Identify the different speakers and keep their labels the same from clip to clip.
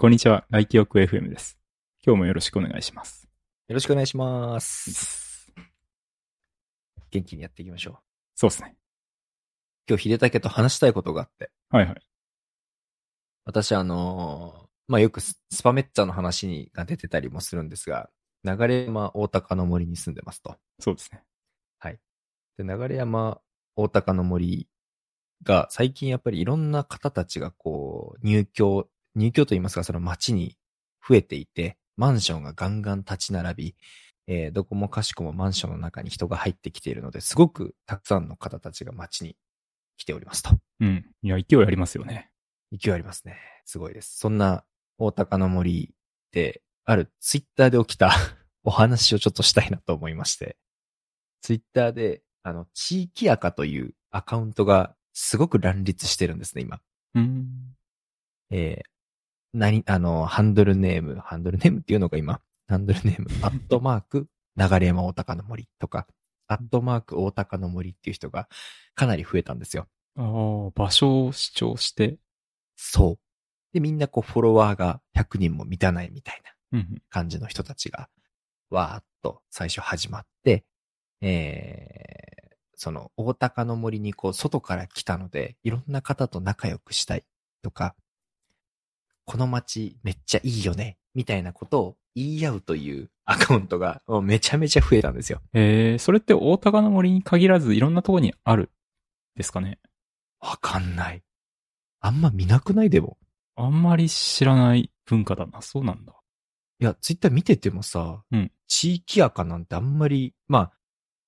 Speaker 1: こんにちは。IT オク FM です。今日もよろしくお願いします。
Speaker 2: よろしくお願いします。元気にやっていきましょう。
Speaker 1: そうですね。
Speaker 2: 今日、秀武と話したいことがあって。
Speaker 1: はいはい。
Speaker 2: 私、あのーまあ、よくススパメッツァの話にが出てたりもするんですが、流山大高の森に住んでますと。
Speaker 1: そうですね。
Speaker 2: で、流山大高の森が最近やっぱりいろんな方たちがこう、入居、入居といいますか、その街に増えていて、マンションがガンガン立ち並び、えーどこもかしこもマンションの中に人が入ってきているので、すごくたくさんの方たちが街に来ておりますと。
Speaker 1: うん。いや、勢いありますよね。
Speaker 2: 勢いありますね。すごいです。そんな大高の森で、あるツイッターで起きた お話をちょっとしたいなと思いまして、ツイッターで、あの、地域赤というアカウントがすごく乱立してるんですね、今。
Speaker 1: うん。
Speaker 2: えー、何、あの、ハンドルネーム、ハンドルネームっていうのが今、ハンドルネーム、アットマーク、流山大高の森とか、アットマーク大高の森っていう人がかなり増えたんですよ。
Speaker 1: ああ、場所を主張して。
Speaker 2: そう。で、みんなこうフォロワーが100人も満たないみたいな
Speaker 1: うん
Speaker 2: 感じの人たちが、わーっと最初始まって、えー、その大高の森にこう外から来たので、いろんな方と仲良くしたいとか、この街めっちゃいいよね、みたいなことを言い合うというアカウントがもうめちゃめちゃ増えたんですよ。
Speaker 1: うん。えー、それって大高の森に限らずいろんなとこにあるですかね。
Speaker 2: わかんない。あんま見なくないでも。
Speaker 1: あんまり知らない文化だな。そうなんだ。
Speaker 2: いや、ツイッター見ててもさ、
Speaker 1: うん
Speaker 2: 地域赤なんてあんまり、まあ、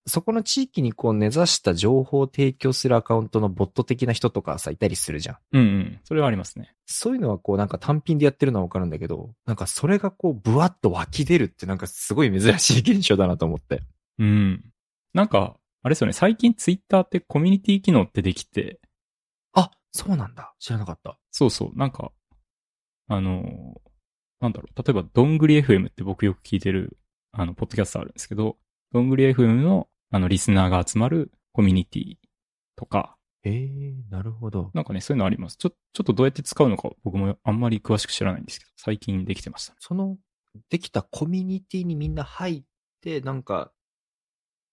Speaker 2: そこの地域にこう根ざした情報を提供するアカウントのボット的な人とかさ、いたりするじゃん。
Speaker 1: うんうん。それはありますね。
Speaker 2: そういうのはこうなんか単品でやってるのはわかるんだけど、なんかそれがこうブワッと湧き出るってなんかすごい珍しい現象だなと思って。
Speaker 1: うん。なんか、あれですよね。最近ツイッターってコミュニティ機能ってできて、
Speaker 2: あ、そうなんだ。知らなかった。
Speaker 1: そうそう、なんか、あの、なんだろう、例えば、どんぐり FM って僕よく聞いてる、あの、ポッドキャストあるんですけど、どんぐり FM の、あの、リスナーが集まるコミュニティとか、
Speaker 2: えー、なるほど。
Speaker 1: なんかね、そういうのあります。ちょ、ちょっとどうやって使うのか僕もあんまり詳しく知らないんですけど、最近できてましたね。
Speaker 2: その、できたコミュニティにみんな入って、なんか、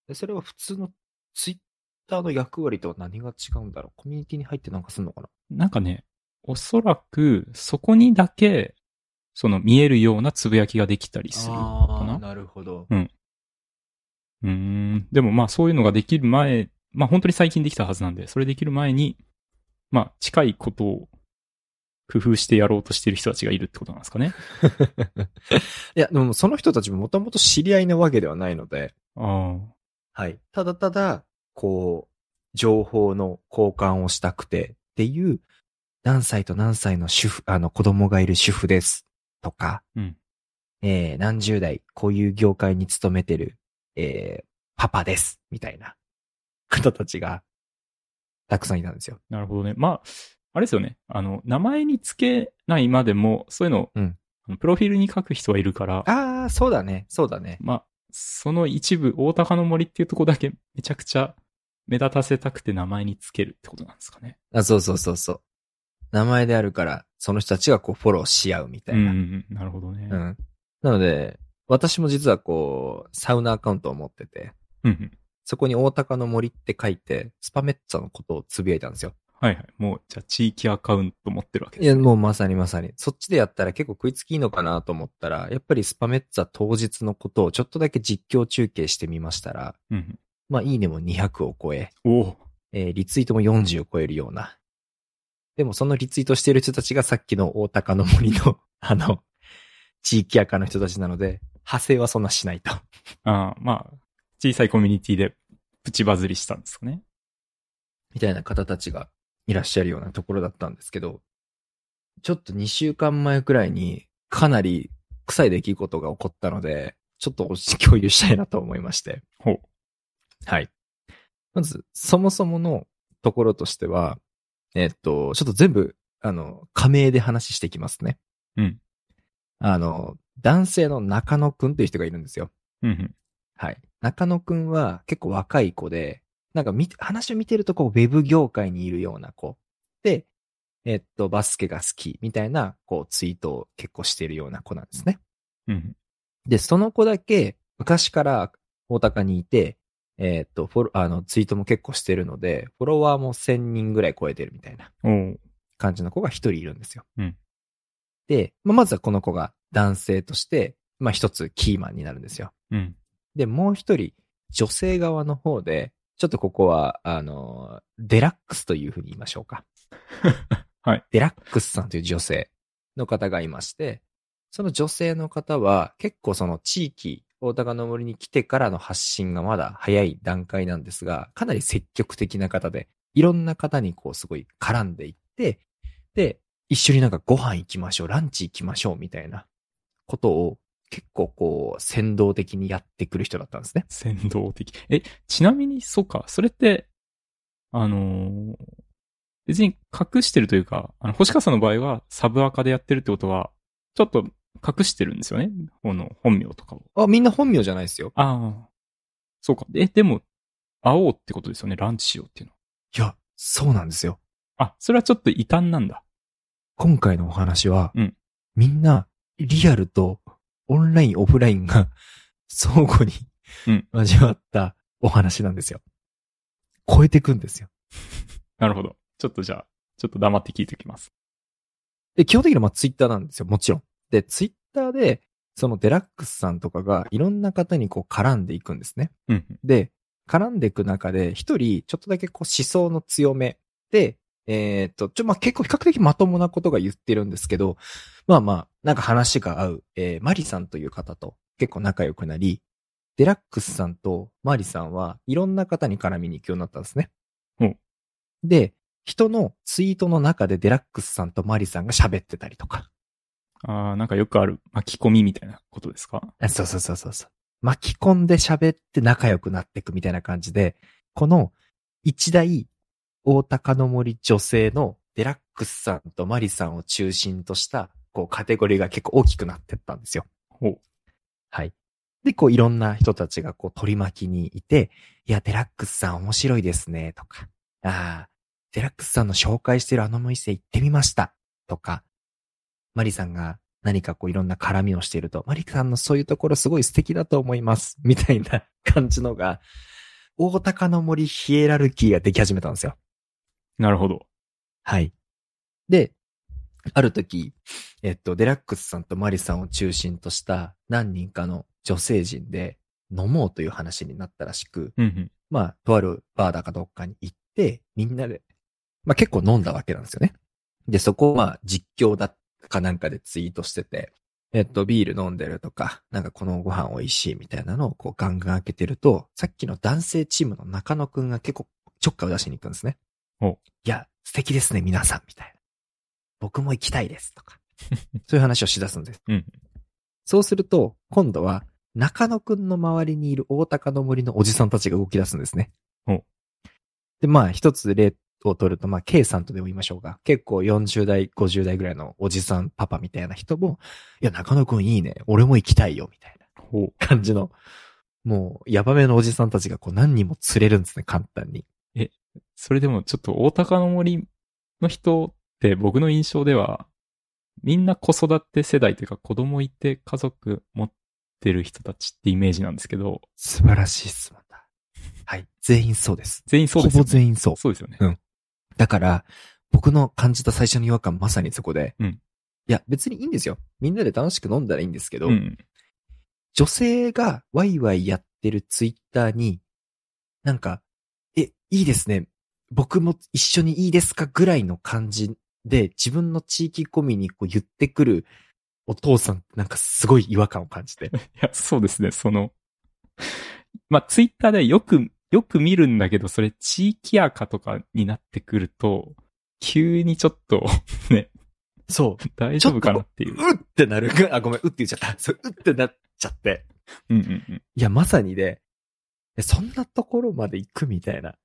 Speaker 2: えそれは普通のツイッターの役割とは何が違うんだろうコミュニティに入ってなんかすんのかな
Speaker 1: なんかね、おそらく、そこにだけ、その見えるようなつぶやきができたりするかな。
Speaker 2: るほど。
Speaker 1: うーん。でもまあそういうのができる前、まあ本当に最近できたはずなんで、それできる前に、まあ近いことを工夫してやろうとしてる人たちがいるってことなんですかね。
Speaker 2: いや、でもその人たちももともと知り合いなわけではないので、
Speaker 1: ああ。
Speaker 2: はい。ただただ、こう、情報の交換をしたくてっていう、何歳と何歳の主婦、あの、子供がいる主婦ですとか、
Speaker 1: うん
Speaker 2: えー何十代、こういう業界に勤めてる、えーパパです、みたいな方たちが、たくさんいたんですよ。
Speaker 1: なるほどね。まあ、あれですよね。あの、名前につけないまでも、そういうのを、
Speaker 2: うん
Speaker 1: あのプロフィールに書く人はいるから、
Speaker 2: あー、そうだね、そうだね。
Speaker 1: まあ、その一部、大高の森っていうとこだけめちゃくちゃ目立たせたくて名前につけるってことなんですかね。
Speaker 2: あ、そうそうそうそう。名前であるから、その人たちがこうフォローし合うみた
Speaker 1: う
Speaker 2: い
Speaker 1: んう
Speaker 2: な。
Speaker 1: んうん、なるほどね。
Speaker 2: う。ん。なので、私も実はこう、サウナアカウントを持ってて、
Speaker 1: うんうん。
Speaker 2: そこに大高の森って書いて、スパメッツァのことをつぶやいたんですよ。
Speaker 1: はいはい。もう、じゃあ地域アカウント持ってるわけ
Speaker 2: い
Speaker 1: です、ね。
Speaker 2: や、もうまさにまさに。そっちでやったら結構食いつきいいのかなと思ったら、やっぱりスパメッツァ当日のことをちょっとだけ実況中継してみましたら、
Speaker 1: うんうん。
Speaker 2: まあ、いいねも200を超え、
Speaker 1: おお。
Speaker 2: えーリツイートも40を超えるような。でもそのリツイートしてる人たちがさっきの大高の森の、あの、地域アカの人たちなので、派生はそんなしないと。
Speaker 1: ああ、まあ、小さいコミュニティでプチバズりしたんですかね。
Speaker 2: みたいな方たちがいらっしゃるようなところだったんですけど、ちょっと2週間前くらいにかなり臭い出来事が起こったので、ちょっと共有したいなと思いまして。
Speaker 1: ほう。
Speaker 2: はい。まず、そもそものところとしては、えっと、ちょっと全部、あの、仮名で話していきますね。
Speaker 1: うん。
Speaker 2: あの、男性の中野くんという人がいるんですよ。
Speaker 1: うんうん。
Speaker 2: はい。中野くんは結構若い子で、なんか見て、話を見てるとこう、ウェブ業界にいるような子。で、えっと、バスケが好きみたいな、こう、ツイートを結構しているような子なんですね。
Speaker 1: うん。
Speaker 2: で、その子だけ、昔から大高にいて、えっと、フォロあの、ツイートも結構してるので、フォロワーも1000人ぐらい超えてるみたいな。
Speaker 1: おう。
Speaker 2: 感じの子が一人いるんですよ。
Speaker 1: うん
Speaker 2: で、まあまずはこの子が男性として、まあ一つキーマンになるんですよ。
Speaker 1: うん。
Speaker 2: で、もう一人、女性側の方で、ちょっとここは、あの、デラックスというふうに言いましょうか。
Speaker 1: はい。
Speaker 2: デラックスさんという女性の方がいまして、その女性の方は結構その地域、大高の森に来てからの発信がまだ早い段階なんですが、かなり積極的な方で、いろんな方にこうすごい絡んでいって、で、一緒になんかご飯行きましょう、ランチ行きましょうみたいなことを結構こう先導的にやってくる人だったんですね。
Speaker 1: 先導的。え、ちなみに、そうか、それって、あのー別に隠してるというか、あの、星川さんの場合はサブアカでやってるってことは、ちょっと隠してるんですよね。この本名とかを。
Speaker 2: あ、みんな本名じゃないですよ。
Speaker 1: ああ。そうか。え、でも、会おうってことですよね。ランチしようっていうの
Speaker 2: いや、そうなんですよ。
Speaker 1: は。あ、それはちょっと異端なんだ。
Speaker 2: 今回のお話は、
Speaker 1: うん
Speaker 2: みんなリアルとオンライン、オフラインが 相互に
Speaker 1: うん
Speaker 2: 交わったお話なんですよ。超えてくんですよ。
Speaker 1: なるほど。ちょっとじゃあ、ちょっと黙って聞いておきます。
Speaker 2: で、基本的にはまあツイッターなんですよ、もちろん。で、ツイッターで、そのデラックスさんとかがいろんな方にこう絡んでいくんですね。
Speaker 1: うん。
Speaker 2: で、絡んでいく中で、一人、ちょっとだけこう思想の強めで、えーっと、ちょ、まあ、結構比較的まともなことが言ってるんですけど、まあまあ、なんか話が合う、えーマリさんという方と結構仲良くなり、デラックスさんとマリさんはいろんな方に絡みに行くようになったんですね。
Speaker 1: うん
Speaker 2: で、人のツイートの中でデラックスさんとマリさんが喋ってたりとか。
Speaker 1: ああ、なんかよくある巻き込みみたいなことですか
Speaker 2: あそうそうそうそうそう。巻き込んで喋って仲良くなっていくみたいな感じで、この一大大高の森女性のデラックスさんとマリさんを中心とした、こうカテゴリーが結構大きくなってったんですよ。
Speaker 1: ほう。
Speaker 2: はい。で、こういろんな人たちがこう取り巻きにいて、いや、デラックスさん面白いですね、とか、ああ、デラックスさんの紹介してるあの店行ってみました、とか、マリさんが何かこういろんな絡みをしていると、マリさんのそういうところすごい素敵だと思います、みたいな感じのが、大高の森ヒエラルキーができ始めたんですよ。
Speaker 1: なるほど。
Speaker 2: はい。で、ある時、えっと、デラックスさんとマリさんを中心とした何人かの女性陣で飲もうという話になったらしく、
Speaker 1: うんうん。
Speaker 2: まあ、とあるバーだかどっかに行って、みんなで、まあ結構飲んだわけなんですよね。で、そこをまあ実況だかなんかでツイートしてて、えっと、ビール飲んでるとか、なんかこのご飯美味しいみたいなのをこうガンガン開けてると、さっきの男性チームの中野くんが結構ちょっかいを出しに行くんですね。
Speaker 1: お
Speaker 2: いや、素敵ですね、皆さん、みたいな。僕も行きたいです、とか。そういう話をしだすんです。
Speaker 1: うん
Speaker 2: そうすると、今度は中野くんの周りにいる大高の森のおじさんたちが動き出すんですね。
Speaker 1: お
Speaker 2: で、まあ、一つ例を取ると、まあ、K さんとでも言いましょうが、結構40代、50代ぐらいのおじさん、パパみたいな人も、いや、中野くんいいね。俺も行きたいよ、みたいな
Speaker 1: ほう。
Speaker 2: 感じの、もう、ヤバめのおじさんたちがこう何人も釣れるんですね、簡単に。
Speaker 1: それでもちょっと大高の森の人って僕の印象では、みんな子育て世代というか子供いて家族持ってる人たちってイメージなんですけど、
Speaker 2: 素晴らしい質問だ。はい。全員そうです。
Speaker 1: 全員そう
Speaker 2: ほ
Speaker 1: ですよ
Speaker 2: ぼ
Speaker 1: ね。
Speaker 2: 全員そう。
Speaker 1: そうですよね。
Speaker 2: だから、僕の感じた最初の違和感まさにそこで、
Speaker 1: うん
Speaker 2: いや、別にいいんですよ。みんなで楽しく飲んだらいいんですけど、
Speaker 1: うん。
Speaker 2: 女性がワイワイやってるツイッターに、なんか、え、いいですね。僕も一緒にいいですかぐらいの感じで、自分の地域込みにこう言ってくるお父さんってなんかすごい違和感を 感じて。
Speaker 1: いや、そうですね。その、 まあ、ツイッターでよく、よく見るんだけど、それ地域アカとかになってくると、急にちょっと
Speaker 2: そう。
Speaker 1: 大丈夫かなっていう。
Speaker 2: うってなる。あ、ごめん、うって言っちゃった。そう、うってなっちゃって。
Speaker 1: うんうんうん。
Speaker 2: いや、まさにで、えそんなところまで行くみたいな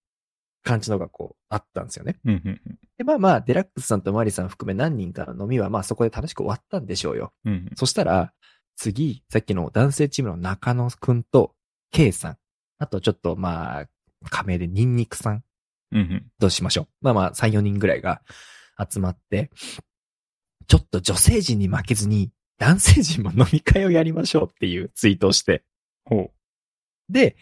Speaker 2: 感じのがこう、あったんですよね。
Speaker 1: うんうんうん
Speaker 2: で、まあまあ、デラックスさんとマリさん含め何人かの飲みは、まあそこで楽しく終わったんでしょうよ。
Speaker 1: うんうん。
Speaker 2: そしたら、次、さっきの男性チームの中野くんと、K さん、あとちょっとまあ、仮名でニンニクさん
Speaker 1: うんうん。
Speaker 2: どうしましょう。まあまあ、3、4人ぐらいが集まって、ちょっと女性陣に負けずに男性陣も飲み会をやりましょうっていうツイートをして。
Speaker 1: ほう。
Speaker 2: で、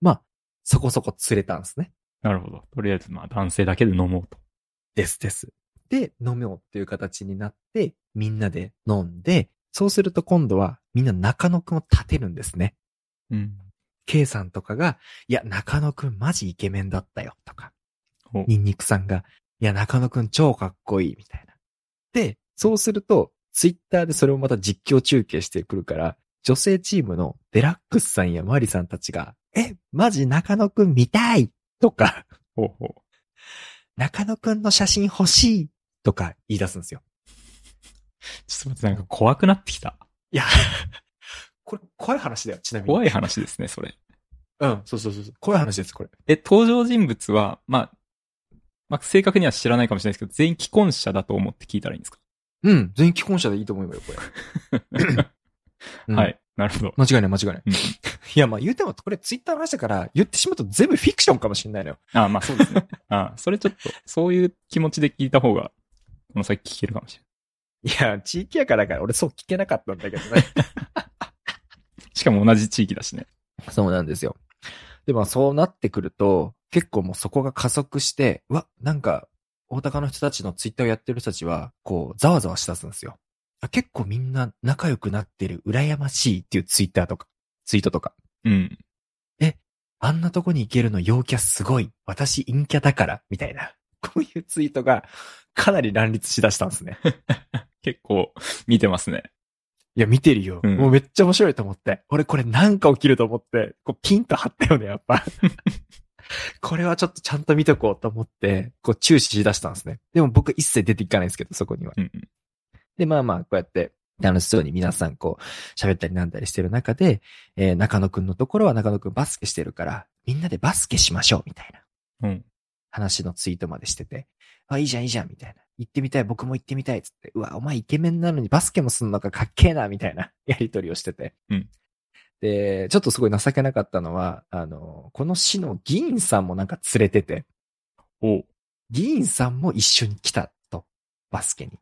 Speaker 2: まあ、そこそこ釣れたんですね。
Speaker 1: なるほど。とりあえず、まあ、男性だけで飲もうと。
Speaker 2: ですです。で、飲もうっていう形になって、みんなで飲んで、そうすると今度はみんな中野くんを立てるんですね。
Speaker 1: うん。
Speaker 2: K さんとかが、いや、中野くんマジイケメンだったよ、とか。
Speaker 1: ほう。
Speaker 2: ニンニクさんが、いや、中野くん超かっこいい、みたいな。で、そうすると、ツイッターでそれをまた実況中継してくるから、女性チームのデラックスさんやマリさんたちが、え、マジ中野くん見たいとか、
Speaker 1: ほうほ
Speaker 2: 中野くんの写真欲しいとか言い出すんですよ。
Speaker 1: う。ちょっと待って、なんか怖くなってきた。
Speaker 2: いや、これ怖い話だよ、ちなみに。
Speaker 1: 怖
Speaker 2: い。
Speaker 1: い話ですね、それ。
Speaker 2: うん、そうそうそうそう。怖い話です、これ。
Speaker 1: え、登場人物は、まあ、まあ、正確には知らないかもしれないですけど、全員既婚者だと思って聞いたらいいんですか、
Speaker 2: うん、全員既婚者でいいと思うよ、これ。 うん
Speaker 1: は。い。なるほど。
Speaker 2: 間違いない、間違い ない。
Speaker 1: うん
Speaker 2: いや、まあ言うても、これツイッターの話だから、言ってしまうと全部フィクションかもしれないのよ。
Speaker 1: ああまあそうですね。ああそれちょっと、そういう気持ちで聞いた方が、この先聞けるかもしれ
Speaker 2: いや、地域やからだから、俺そう聞けなかったんだけどね。
Speaker 1: ない。しかも同じ地域だしね。
Speaker 2: そうなんですよ。で、まあそうなってくると、結構もうそこが加速して、うわ、なんか、大高の人たちのツイッターをやってる人たちは、こう、ざわざわしだすんですよ。あ結構みんな仲良くなってる、羨ましいっていうツイッターとか、ツイートとか。
Speaker 1: うん。
Speaker 2: あんなとこに行けるの陽キャすごい。私陰キャだから、みたいな。こういうツイートがかなり乱立しだしたんですね。
Speaker 1: 結構、見てますね。
Speaker 2: いや、見てるよ。
Speaker 1: うん
Speaker 2: もうめっちゃ面白いと思って。俺これなんか起きると思って、こうピンと張ったよね、やっぱ。 これはちょっとちゃんと見とこうと思って、こう注視しだしたんですね。でも僕一切出ていかないんですけど、そこには。
Speaker 1: うん。
Speaker 2: で、まあまあ、こうやって楽しそうに皆さんこう、喋ったりなんだりしてる中で、えー中野くんのところは中野くんバスケしてるから、みんなでバスケしましょう、みたいな。
Speaker 1: うん。
Speaker 2: 話のツイートまでしてて、あ、いいじゃん、いいじゃん、みたいな。行ってみたい、僕も行ってみたい、つって、うわ、お前イケメンなのにバスケもすんのかかっけえな、みたいな やりとりをしてて。
Speaker 1: うん
Speaker 2: で、ちょっとすごい情けなかったのは、あの、この市の議員さんもなんか連れてて、
Speaker 1: お
Speaker 2: 議員さんも一緒に来たと、バスケに。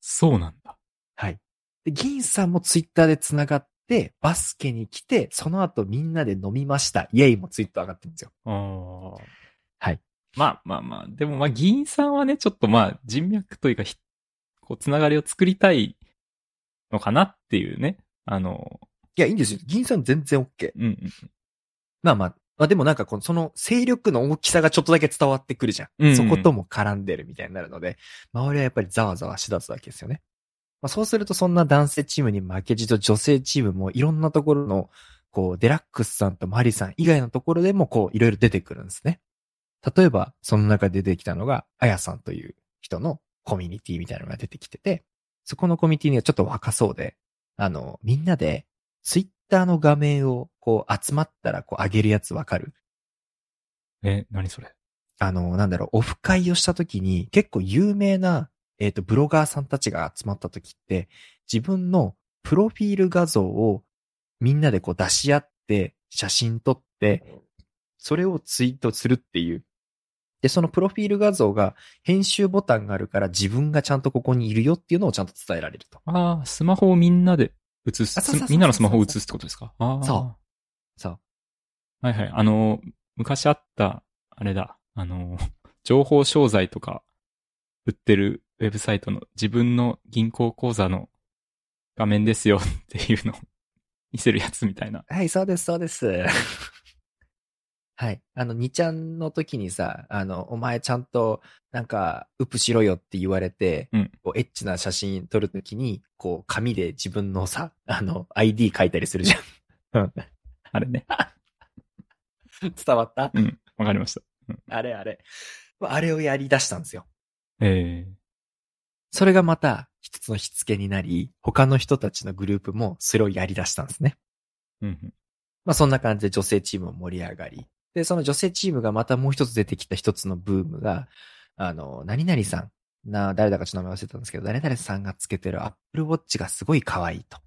Speaker 1: そうなんだ。
Speaker 2: はい。で、議員さんもツイッターで繋がって、バスケに来て、その後みんなで飲みました。イエイもツイート上がってるんですよ。
Speaker 1: ああ。
Speaker 2: はい。
Speaker 1: まあまあまあ、でもまあ、議員さんはね、ちょっとまあ、人脈というか、ひこう、つながりを作りたいのかなっていうね。あの、
Speaker 2: いや、いいんですよ。議員さん全然 OK。
Speaker 1: うんうん。
Speaker 2: まあまあ、まあでもなんかこの、その勢力の大きさがちょっとだけ伝わってくるじゃん。
Speaker 1: うんうん
Speaker 2: そことも絡んでるみたいになるので、周りはやっぱりざわざわしだすわけですよね。まあそうするとそんな男性チームに負けじと女性チームもいろんなところの、こう、デラックスさんとマリさん以外のところでもこう、いろいろ出てくるんですね。例えば、その中で出てきたのが、あやさんという人のコミュニティみたいなのが出てきてて、そこのコミュニティにはちょっと若そうで、あの、みんなで、ツイッターの画面をこう集まったらこう上げるやつわかる
Speaker 1: え、何それ。
Speaker 2: あの、なんだろう、オフ会をした時に結構有名な、えっ、と、ブロガーさんたちが集まった時って、自分のプロフィール画像をみんなでこう出し合って、写真撮って、それをツイートするっていう。で、そのプロフィール画像が編集ボタンがあるから自分がちゃんとここにいるよっていうのをちゃんと伝えられると。
Speaker 1: ああ、スマホをみんなで映す
Speaker 2: あそうそうそうそう。そう
Speaker 1: みんなのスマホを映すってことですかああ。
Speaker 2: そそう。
Speaker 1: う。はいはい。あの、昔あった、あれだ。あの、 情報商材とか売ってるウェブサイトの自分の銀行口座の画面ですよっていうのを 見せるやつみたいな。
Speaker 2: はい、そうです、そうです。 はい。あの、2ちゃんの時にさ、あの、お前ちゃんと、なんか、ウプしろよって言われて、
Speaker 1: うん
Speaker 2: こうエッチな写真撮るときに、こう、紙で自分のさ、あの、ID 書いたりするじゃん。
Speaker 1: あれね。
Speaker 2: 伝わった
Speaker 1: うん。わかりました。
Speaker 2: あれあれ。あれをやり出したんですよ。
Speaker 1: ええ
Speaker 2: それがまた、一つのしつけになり、他の人たちのグループもそれをやり出したんですね。
Speaker 1: うんうん。
Speaker 2: まあそんな感じで女性チームも盛り上がり。で、その女性チームがまたもう一つ出てきた一つのブームが、あの、何々さん。な、誰だかちょっと名前忘れたんですけど、誰々さんがつけてる Apple Watch がすごい可愛いと。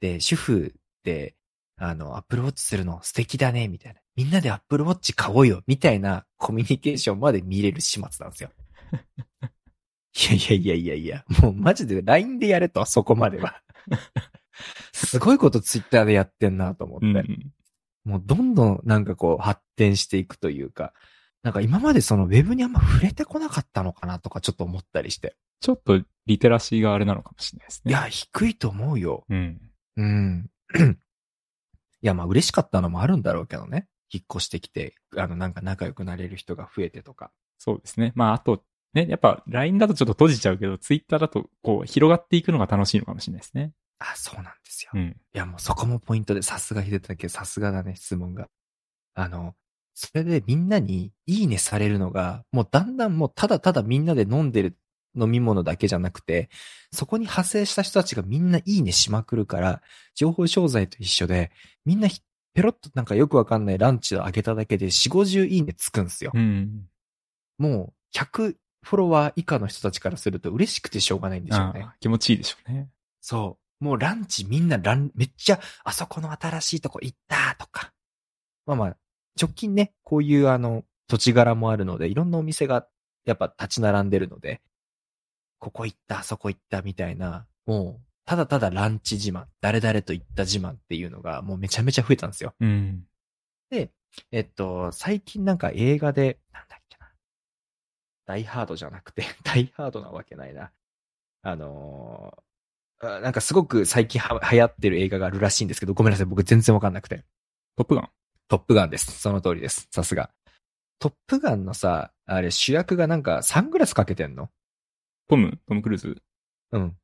Speaker 2: で、主婦で、あの、Apple Watch するの素敵だね、みたいな。みんなで Apple Watch 買おうよ、みたいなコミュニケーションまで見れる始末なんですよ。 いやいやいやいやいや、もうマジで LINE でやれと、そこまでは。すごいことツイッターでやってんなと思って。
Speaker 1: うん。
Speaker 2: もうどんどんなんかこう発展していくというか、なんか今までそのウェブにあんま触れてこなかったのかなとかちょっと思ったりして。
Speaker 1: ちょっとリテラシーがあれなのかもしれないです
Speaker 2: い
Speaker 1: ね。
Speaker 2: や、低いと思うよ。
Speaker 1: うん。
Speaker 2: うん。 いや、まあ嬉しかったのもあるんだろうけどね。引っ越してきて、あのなんか仲良くなれる人が増えてとか。
Speaker 1: そうですね。まあ、あと、ね、やっぱ LINE だとちょっと閉じちゃうけど、Twitter だとこう広がっていくのが楽しいのかもしれないですね。
Speaker 2: あ、そうなんですよ。
Speaker 1: うん。
Speaker 2: いや、もうそこもポイントで、さすが秀武、さすがだね、質問が。あの、それでみんなにいいねされるのが、もうだんだんもうただただみんなで飲んでる飲み物だけじゃなくて、そこに派生した人たちがみんないいねしまくるから、情報商材と一緒で、みんなひペロッとなんかよくわかんないランチをあげただけで4、50いいねつくんですよ
Speaker 1: う。ん。
Speaker 2: もう100フォロワー以下の人たちからすると嬉しくてしょうがないんでしょ
Speaker 1: あ
Speaker 2: うね。
Speaker 1: あ気持ちいいでしょうね。
Speaker 2: そう。もうランチみんなラン、めっちゃ、あそこの新しいとこ行ったとか。まあまあ、直近ね、こういうあの、土地柄もあるので、いろんなお店がやっぱ立ち並んでるので、ここ行った、あそこ行ったみたいな、もう、ただただランチ自慢、誰々と行った自慢っていうのが、もうめちゃめちゃ増えたんですよ。
Speaker 1: うん。
Speaker 2: で、えっと、最近なんか映画で、なんだっけな。ダイハードじゃなくて、 ダイハードなわけないな。あのーあなんかすごく最近は流行ってる映画があるらしいんですけど、ごめんなさい、僕全然わかんなくて。
Speaker 1: トップガン。
Speaker 2: トップガンです。その通りです。さすが。トップガンのさ、あれ主役がなんかサングラスかけてんの
Speaker 1: トム、トム・クルーズ。
Speaker 2: うん。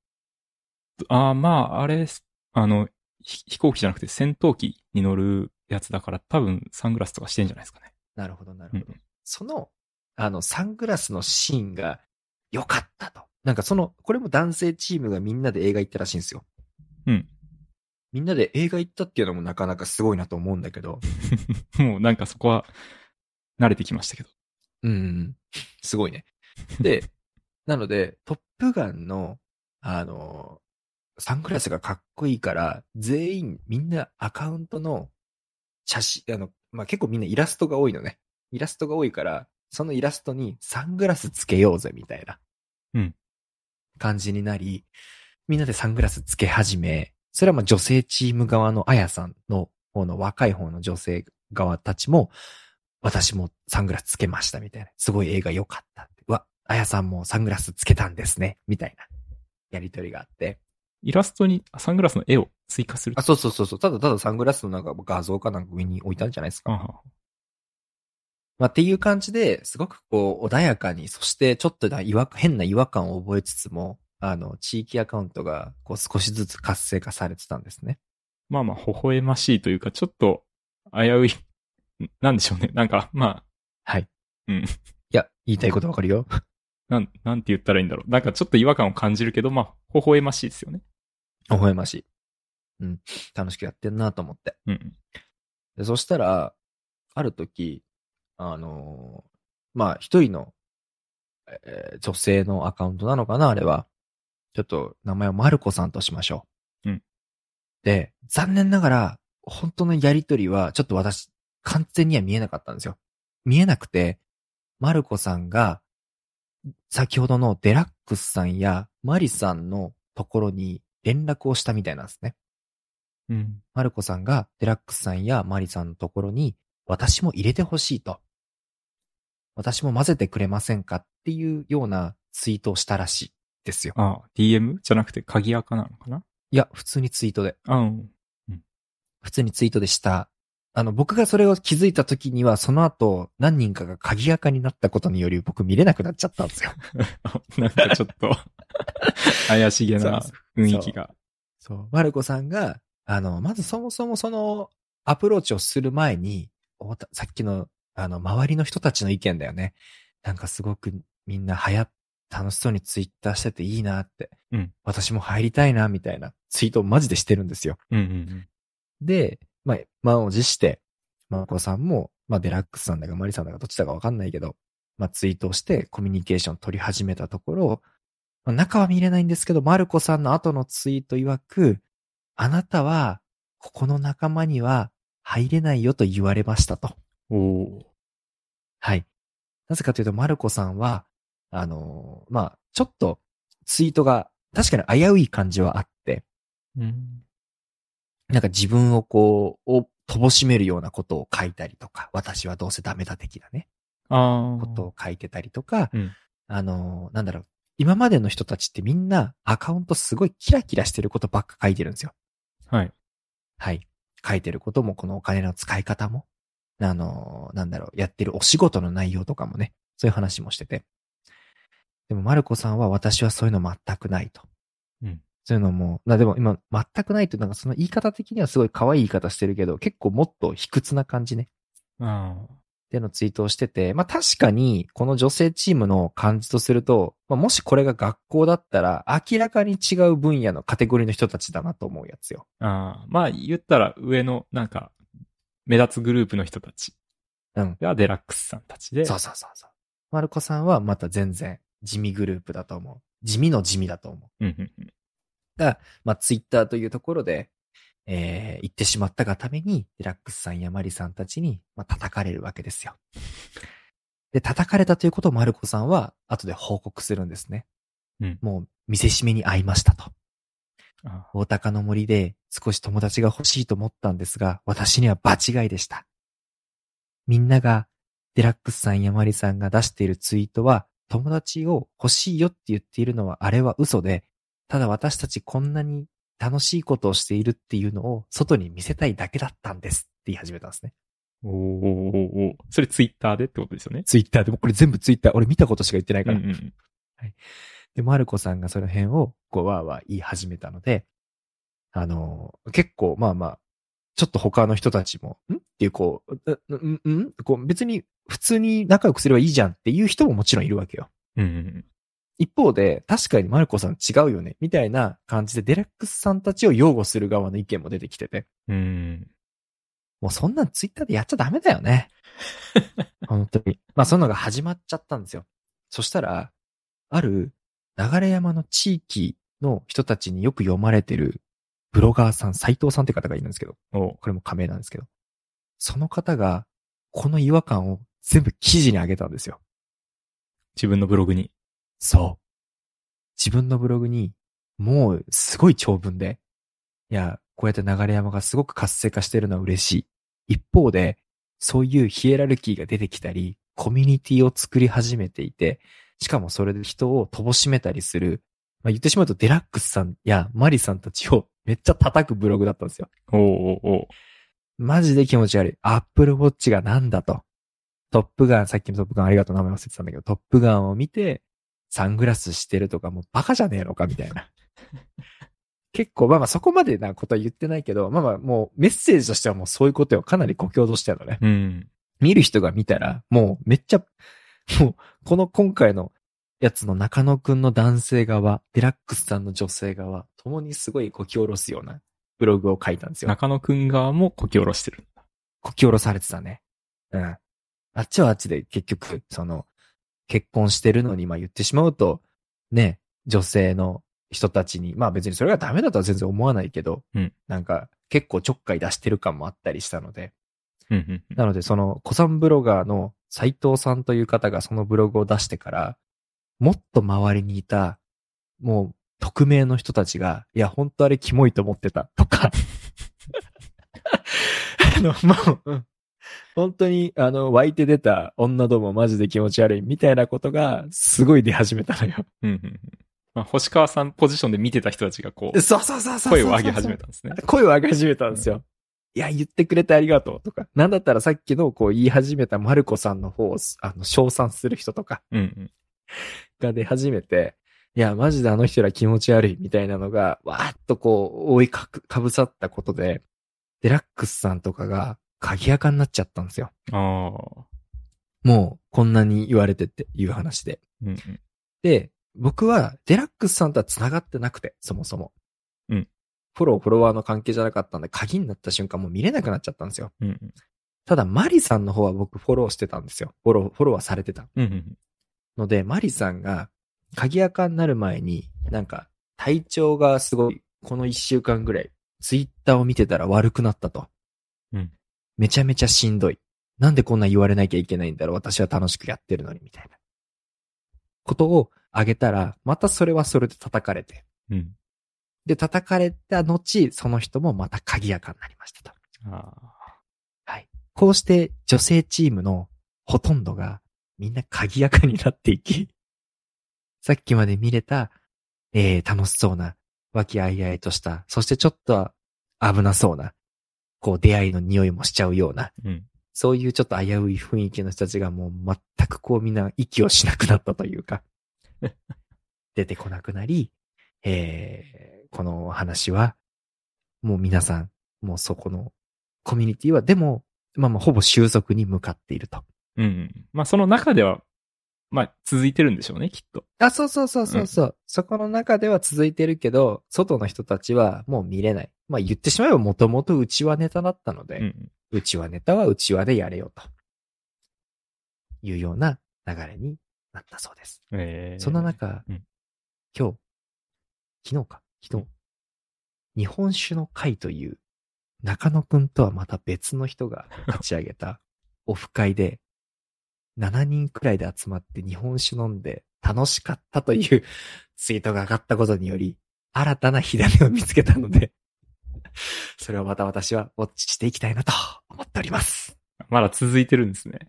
Speaker 1: ああ、まあ、あれ、あの、ひ飛行機じゃなくて戦闘機に乗るやつだから多分サングラスとかしてんじゃないですかね。
Speaker 2: なるほど、なる
Speaker 1: う
Speaker 2: ほど。
Speaker 1: ん。
Speaker 2: その、あの、サングラスのシーンが良かったと。なんかその、これも男性チームがみんなで映画行ったらしいんですよ。
Speaker 1: うん。
Speaker 2: みんなで映画行ったっていうのもなかなかすごいなと思うんだけど。
Speaker 1: もうなんかそこは慣れてきましたけど。
Speaker 2: うん。すごいね。で、なので、トップガンの、あの、サングラスがかっこいいから、全員、みんなアカウントの写真、あの、まあ、結構みんなイラストが多いのね。イラストが多いから、そのイラストにサングラスつけようぜ、みたいな。
Speaker 1: うん。
Speaker 2: 感じになり、みんなでサングラスつけ始め、それはまあ女性チーム側のあやさんの方の若い方の女性側たちも、私もサングラスつけましたみたいな。すごい映画良かったって。うわ、あやさんもサングラスつけたんですね。みたいな。やりとりがあって。
Speaker 1: イラストにあサングラスの絵を追加する
Speaker 2: あ、。そうそうそうそう。ただただサングラスのなんか画像かなんか上に置いたんじゃないですか。
Speaker 1: ああ
Speaker 2: まあ、っていう感じで、すごくこう、穏やかに、そしてちょっとな違和変な違和感を覚えつつも、あの、地域アカウントが、こう、少しずつ活性化されてたんですね。
Speaker 1: まあまあ、微笑ましいというか、ちょっと危うい。なんでしょうね。なんか、まあ、
Speaker 2: はい。
Speaker 1: うん。
Speaker 2: いや、言いたいことわかるよ。
Speaker 1: なん、なんて言ったらいいんだろう。なんかちょっと違和感を感じるけど、まあ、微笑ましいですよね。
Speaker 2: 微笑ましい。うん。楽しくやってんなと思って。
Speaker 1: うん。
Speaker 2: で、そしたら、ある時、あのーまあ、一人の、えー女性のアカウントなのかな、あれは。ちょっと、名前をマルコさんとしましょう。
Speaker 1: うん
Speaker 2: で、残念ながら、本当のやりとりは、ちょっと私、完全には見えなかったんですよ。見えなくて、マルコさんが、先ほどのデラックスさんやマリさんのところに連絡をしたみたいなんですね。
Speaker 1: うん。
Speaker 2: マルコさんがデラックスさんやマリさんのところに、私も入れてほしいと。私も混ぜてくれませんかっていうようなツイートをしたらしいですよ。
Speaker 1: ああ、DM? じゃなくて、鍵垢なのかない
Speaker 2: や、普通にツイートで。
Speaker 1: あうん。
Speaker 2: 普通にツイートでした。あの、僕がそれを気づいた時には、その後、何人かが鍵垢になったことにより、僕見れなくなっちゃったんですよ。
Speaker 1: なんかちょっ と、怪しげ な
Speaker 2: そう
Speaker 1: 雰囲気が。
Speaker 2: そう。マルコさんが、あの、まずそもそもそのアプローチをする前に、おたさっきの、あの、周りの人たちの意見だよね。なんかすごくみんな流行っ、楽しそうにツイッターしてていいなって。
Speaker 1: うん
Speaker 2: 私も入りたいな、みたいなツイートをマジでしてるんですよ。
Speaker 1: うんうん
Speaker 2: で、まあ、満を持して、マルコさんも、まあ、デラックスさんだかマリさんだかどっちだかわかんないけど、まあ、ツイートをしてコミュニケーションを取り始めたところ、まあ、中は見れないんですけど、マルコさんの後のツイート曰く、あなたは、ここの仲間には入れないよと言われましたと。
Speaker 1: うん。おお。
Speaker 2: はい。なぜかというと、マルコさんは、あの、まあ、ちょっとツイートが確かに危うい感じはあって、
Speaker 1: うん。
Speaker 2: なんか自分をこう、を乏しめるようなことを書いたりとか、私はどうせダメだ的なね、
Speaker 1: ああ。
Speaker 2: ことを書いてたりとか、
Speaker 1: うん
Speaker 2: あの、なんだろう、今までの人たちってみんなアカウントすごいキラキラしてることばっか書いてるんですよ。
Speaker 1: はい。
Speaker 2: はい。書いてることも、このお金の使い方も、あの、なんだろう、やってるお仕事の内容とかもね、そういう話もしてて。でも、マルコさんは私はそういうの全くないと。
Speaker 1: うん
Speaker 2: そういうのも、な、でも今、全くないって、なんかその言い方的にはすごい可愛い言い方してるけど、結構もっと卑屈な感じね。
Speaker 1: ああ。
Speaker 2: でのツイートをしてて、まあ確かに、この女性チームの感じとすると、まあ、もしこれが学校だったら、明らかに違う分野のカテゴリーの人たちだなと思うやつよ。
Speaker 1: ああ、まあ言ったら上のなんか目立つグループの人たち
Speaker 2: うん
Speaker 1: がデラックスさんたちで、
Speaker 2: そうそうそうそう。マルコさんはまた全然地味グループだと思う。地味の地味だと思う。
Speaker 1: うんうんうん
Speaker 2: まあ、ツイッターというところで、えー、行ってしまったがために、デラックスさんやマリさんたちに、まあ、叩かれるわけですよ。で、叩かれたということをマルコさんは、後で報告するんですね。
Speaker 1: うん
Speaker 2: もう、見せしめに会いましたと。
Speaker 1: ああ
Speaker 2: 大高の森で少し友達が欲しいと思ったんですが、私には場違いでした。みんなが、デラックスさんやマリさんが出しているツイートは、友達を欲しいよって言っているのはあれは嘘で、ただ私たちこんなに楽しいことをしているっていうのを外に見せたいだけだったんですって言い始めたんですね。
Speaker 1: おーおーおーおーそれツイッターでってことですよね。
Speaker 2: ツイッターでもこれ全部ツイッター、俺見たことしか言ってない
Speaker 1: うんうんうん
Speaker 2: で、マルコさんがその辺をこうわーわー言い始めたので、あのー結構まあまあ、ちょっと他の人たちも、んっていうこう、ううん、うんこう別に普通に仲良くすればいいじゃんっていう人ももちろんいるわけよ。
Speaker 1: うんうん
Speaker 2: 一方で、確かにマルコさん違うよね、みたいな感じでデラックスさんたちを擁護する側の意見も出てきてて、
Speaker 1: うん。うん
Speaker 2: もうそんなんツイッターでやっちゃダメだよね。本当に。まあそんなのが始まっちゃったんですよ。そしたら、ある流山の地域の人たちによく読まれてるブロガーさん、斎藤さんって方がいるんですけど、
Speaker 1: お
Speaker 2: これも仮名なんですけど、その方がこの違和感を全部記事に上げたんですよ。
Speaker 1: 自分のブログに。
Speaker 2: そう。自分のブログに、もうすごい長文で、いや、こうやって流山がすごく活性化してるのは嬉しい。一方で、そういうヒエラルキーが出てきたり、コミュニティを作り始めていて、しかもそれで人を乏しめたりする、まあ、言ってしまうとデラックスさんやマリさんたちをめっちゃ叩くブログだったんですよ。
Speaker 1: おーおーお
Speaker 2: マジで気持ち悪い。アップルウォッチがなんだと。トップガン、さっきのトップガンありがとう名前忘れてたんだけど、トップガンを見て、サングラスしてるとかもうバカじゃねえのかみたい な。結構、まあまあそこまでなことは言ってないけど、まあまあもうメッセージとしてはもうそういうことをかなり誇張としてるのね。
Speaker 1: ーうん。
Speaker 2: 見る人が見たら、もうめっちゃ、もう、この今回のやつの中野くんの男性側、デラックスさんの女性側、共にすごいこき下ろすようなブログを書いたんですよ。
Speaker 1: 中野くん側もこき下ろしてる。
Speaker 2: こき下ろされてたね。うん。あっちはあっちで結局、その、結婚してるのに、まあ言ってしまうと、ね、女性の人たちに、まあ別にそれがダメだとは全然思わないけど、
Speaker 1: うん
Speaker 2: なんか結構ちょっかい出してる感もあったりしたので、
Speaker 1: うんうんうん。
Speaker 2: なのでその子さんブロガーの斎藤さんという方がそのブログを出してから、もっと周りにいた、もう匿名の人たちが、いや、本当あれキモいと思ってた、とか。 あの、もう、うん本当に、あの、湧いて出た女どもマジで気持ち悪い、みたいなことが、すごい出始めたのよ。
Speaker 1: うんうんうんまあ、星川さんポジションで見てた人たちがこう、
Speaker 2: そうそうそうそう
Speaker 1: 声を上げ始め
Speaker 2: た。
Speaker 1: たんですね。
Speaker 2: 声を上げ始めたんですよ。いや、言ってくれてありがとう、とか。なんだったらさっきの、こう、言い始めたマルコさんの方を、あの、称賛する人とか。
Speaker 1: うんうん。
Speaker 2: が出始めて、いや、マジであの人ら気持ち悪いみたいなのが、わーっとこう、覆いかく、かぶさったことで、デラックスさんとかが、鍵垢になっちゃったんですよ。
Speaker 1: ああ。
Speaker 2: もう、こんなに言われてっていう話で。
Speaker 1: うんうん。
Speaker 2: で、僕は、デラックスさんとは繋がってなくて、そもそも。
Speaker 1: うん。
Speaker 2: フォロー、フォロワーの関係じゃなかったんで、鍵になった瞬間もう見れなくなっちゃったんですよ。
Speaker 1: うんうん
Speaker 2: ただ、マリさんの方は僕フォローしてたんですよ。フォロー、フォローはされてた。
Speaker 1: うんうん。
Speaker 2: ので、マリさんが、鍵垢になる前に、なんか、体調がすごい、この一週間ぐらい、ツイッターを見てたら悪くなったと。
Speaker 1: うん。
Speaker 2: めちゃめちゃしんどい。なんでこんな言われなきゃいけないんだろう私は楽しくやってるのに、みたいな。ことをあげたら、またそれはそれで叩かれて。
Speaker 1: うん。
Speaker 2: で、叩かれた後、その人もまた鍵やかになりましたと。
Speaker 1: ああ。
Speaker 2: こうして女性チームのほとんどがみんな鍵垢になっていき、 さっきまで見れた、えー、楽しそうな、和気あいあいとした、そしてちょっと危なそうな、こう出会いの匂いもしちゃうような、
Speaker 1: うん。
Speaker 2: そういうちょっと危うい雰囲気の人たちがもう全くこうみんな息をしなくなったという か、出てこなくなり、えー、この話は、もう皆さん、もうそこのコミュニティは、でも、まあまあほぼ収束に向かっていると。
Speaker 1: うん。まあ、その中では、まあ、続いてるんでしょうね、きっと。
Speaker 2: あ、そうそうそうそうそう、そこの中では続いてるけど、外の人たちはもう見れない。まあ言ってしまえばもともとうちはネタだったので、
Speaker 1: うん。
Speaker 2: うちわネタはうちわでやれよと。いうような流れになったそうです。
Speaker 1: えー
Speaker 2: そんな、中、
Speaker 1: うん
Speaker 2: 今日、昨日か、昨日、日本酒の会という、中野くんとはまた別の 人が立ち上げたオフ会で、7人くらいで集まって日本酒飲んで楽しかったという ツイートが上がったことにより、新たな火種を見つけたので、それをまた私はウォッチしていきたいなと思っております。
Speaker 1: まだ続いてるんですね。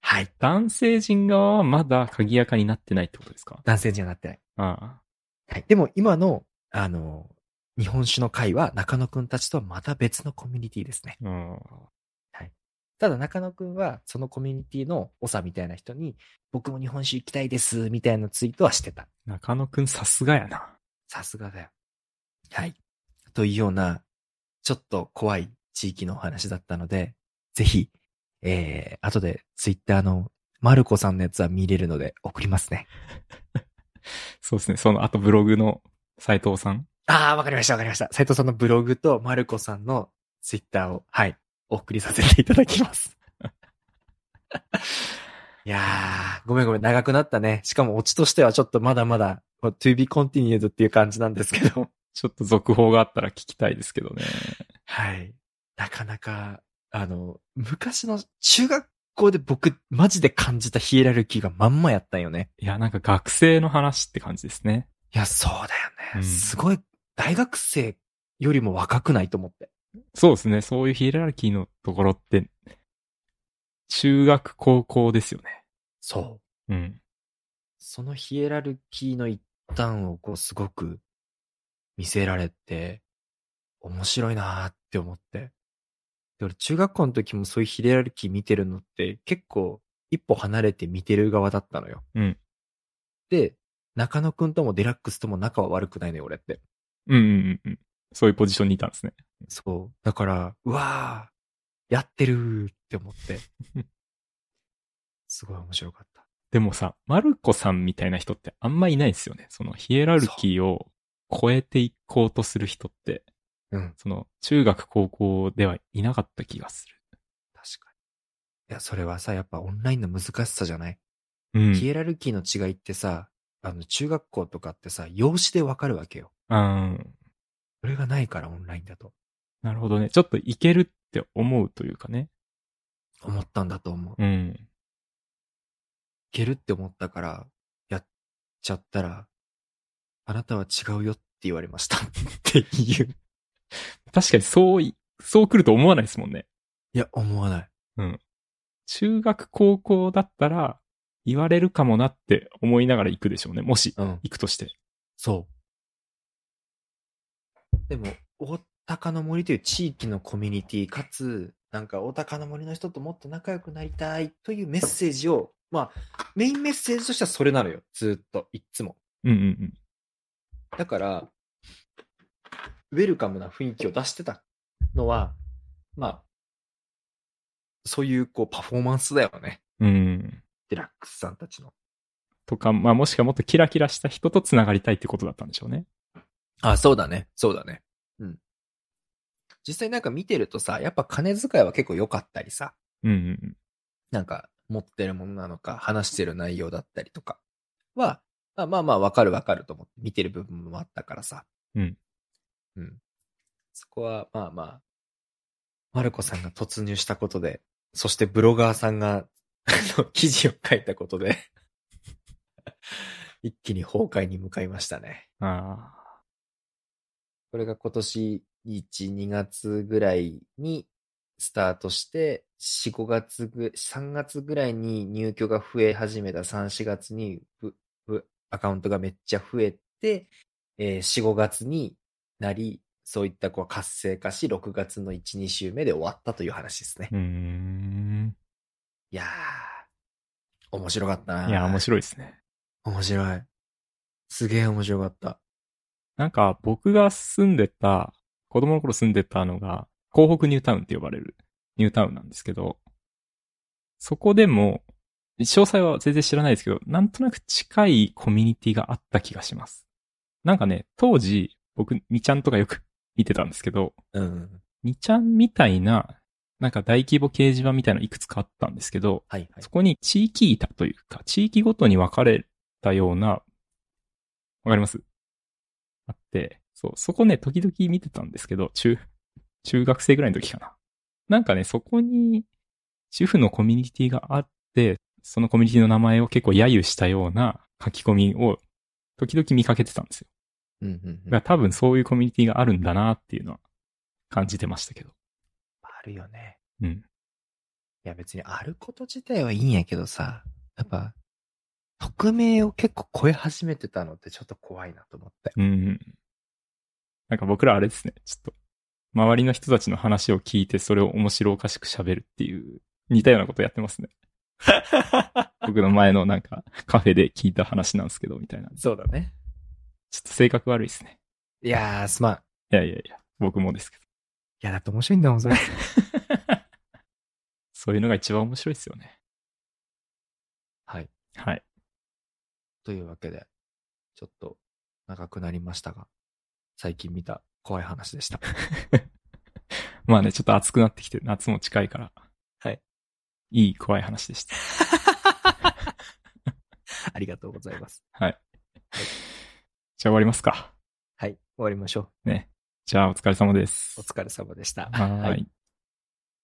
Speaker 2: はい。
Speaker 1: 男性陣側はまだ鍵垢になってないってことですか
Speaker 2: 男性にはなってない。
Speaker 1: あ
Speaker 2: はい。でも今の、あの、日本酒の会は中野くんたちとはまた別のコミュニティですね。
Speaker 1: あ。うん。
Speaker 2: ただ中野くんはそのコミュニティの長みたいな人に、僕も日本酒行きたいです、みたいなツイートはしてた。
Speaker 1: 中野くんさすがやな。
Speaker 2: さすがだよ。はい。というような、ちょっと怖い地域のお話だったので、ぜひ、えー、後でツイッターのマルコさんのやつは見れるので送りますね。
Speaker 1: そうですね。その後ブログの斉藤さん。
Speaker 2: ああ、わかりました、わかりました。斉藤さんのブログとマルコさんのツイッターを、はい、お送りさせていただきます。 いやー、ごめんごめん、長くなったね。しかもオチとしてはちょっとまだまだ、こう to be continued っていう感じなんですけど。
Speaker 1: ちょっと続報があったら聞きたいですけどね。
Speaker 2: はい。なかなか、あの、昔の中学校で僕、マジで感じたヒエラルキーがまんまやったんよね。
Speaker 1: いや、なんか学生の話って感じですね。
Speaker 2: いや、そうだよね。
Speaker 1: うん
Speaker 2: すごい、大学生よりも若くないと思って。
Speaker 1: そうですね。そういうヒエラルキーのところって、中学、高校ですよね。
Speaker 2: そう。
Speaker 1: うん。
Speaker 2: そのヒエラルキーの一端をこうすごく見せられて、面白いなーって思って。で俺中学校の時もそういうヒエラルキー見てるのって結構一歩離れて見てる側だったのよ。
Speaker 1: うん
Speaker 2: で、中野くんともデラックスとも仲は悪くないのよ、俺って。
Speaker 1: うんうんうんうん。そういうポジションにいたんですね。
Speaker 2: そう。だから、うわーやってるーって思 って。すごい面白かった。
Speaker 1: でもさ、マルコさんみたいな人ってあんまいないですよね。そのヒエラルキーを超えていこうとする人って、
Speaker 2: うん。
Speaker 1: その中学高校ではいなかった気がす
Speaker 2: 確かに。いや、それはさ、やっぱオンラインの難しさじゃない、
Speaker 1: る。う
Speaker 2: ヒ
Speaker 1: ん。
Speaker 2: エラルキーの違いってさ、あの、中学校とかってさ、用紙でわかるわけよ。
Speaker 1: あー
Speaker 2: それがないから、オンラインだと。
Speaker 1: なるほどね。ちょっといけるって思うというかね。
Speaker 2: 思ったんだと思う。い
Speaker 1: うん。
Speaker 2: けるって思ったから、やっちゃったら、あなたは違うよって言われました。っていう。い
Speaker 1: 確かにそうい、そう来ると思わないですもんね。
Speaker 2: や、思わ ない。
Speaker 1: 中学高校だったら、言われるかもなって思いながら行くでしょうね。もし、
Speaker 2: うん。
Speaker 1: 行くとして。
Speaker 2: そう。でも、大高の森という地域のコミュニティ、かつ、なんか大高の森の人ともっと仲良くなりたいというメッセージを、まあ、メインメッセージとしてはそれなのよ。ずーっと、いっつも。
Speaker 1: うんうんうん。
Speaker 2: だから、ウェルカムな雰囲気を出してたのは、まあ、そういう、こう、パフォーマンスだよね。
Speaker 1: うん。
Speaker 2: デラックスさんたちの。
Speaker 1: とか、まあもしくはもっとキラキラした人と繋がりたいってことだったんでしょうね。
Speaker 2: あ、そうだね。そうだね。うん。実際なんか見てるとさ、やっぱ金遣いは結構良かったりさ、
Speaker 1: うんうんうん。
Speaker 2: なんか持ってるものなのか、話してる内容だったりとかは、まあまあまあわかるわかると思って見てる部分もあったからさ。
Speaker 1: うん。
Speaker 2: うん。そこはまあまあ、マルコさんが突入したことで、そしてブロガーさんが、あの、記事を書いたことで、一気に崩壊に向かいましたね。
Speaker 1: あ
Speaker 2: これが今年1、2月ぐらいにスタートして、4、5月ぐ、3月ぐらいに入居が増え始めた3、4月にぶぶアカウントがめっちゃ増えて、えー4、5月になり、そういったこう活性化し、6月の1、2週目で終わったという話ですね
Speaker 1: ー。。うーん。
Speaker 2: いやー、面白かったな。
Speaker 1: いや、面白いですね。
Speaker 2: 面白い。すげえ面白かった。
Speaker 1: なんか、僕が住んでた、子供の頃住んでたのが、港北ニュータウンって呼ばれるニュータウンなんですけど、そこでも、詳細は全然知らないですけど、なんとなく近いコミュニティがあった気がします。なんかね、当時、僕、2ちゃんとかよく見てたんですけど、
Speaker 2: うん。
Speaker 1: 2ちゃんみたいな、なんか大規模掲示板みたいなのいくつかあったんですけど、
Speaker 2: はいはい
Speaker 1: そ。こに地域板というか、地域ごとに分かれたような、わかりますあって、そう、そこね、時々見てたんですけど、中、中学生ぐらいの時かな。なんかね、そこに、主婦のコミュニティがあって、そのコミュニティの名前を結構揶揄したような書き込みを、時々見かけてたんですよ。
Speaker 2: うんうん
Speaker 1: だ
Speaker 2: うん。
Speaker 1: から
Speaker 2: あ
Speaker 1: 多分そういうコミュニティがあるんだなっていうのは感じてましたけど。
Speaker 2: るよね。
Speaker 1: うん。
Speaker 2: いや別にあること自体はいいんやけどさ、やっぱ、匿名を結構超え始めてたのってちょっと怖いなと思って。
Speaker 1: うん。なんか僕らあれですね、ちょっと、周りの人たちの話を聞いて、それを面白おかしく喋るっていう、似たようなことやってます ね。僕の前のなんか、カフェで聞いた話なんですけど、みたいな。ちょ
Speaker 2: そうだね。
Speaker 1: っと性格悪いですね。
Speaker 2: いやー、すまん。い
Speaker 1: いやいやいや、僕もですけど。
Speaker 2: や、だって面白いんだもん、それ。
Speaker 1: そういうのが一番面白いですよね。
Speaker 2: はい。
Speaker 1: はい。
Speaker 2: というわけで、ちょっと長くなりましたが、最近見た怖い話で した。
Speaker 1: まあね、ちょっと暑くなってきて、夏も近いから。
Speaker 2: はい。
Speaker 1: いい怖い話でした。
Speaker 2: ありがとうございます。
Speaker 1: はい。じゃあ終わりますか。
Speaker 2: はい、終わりましょ
Speaker 1: じゃあお疲れ様です
Speaker 2: う。お。疲れ様でした。
Speaker 1: はーい。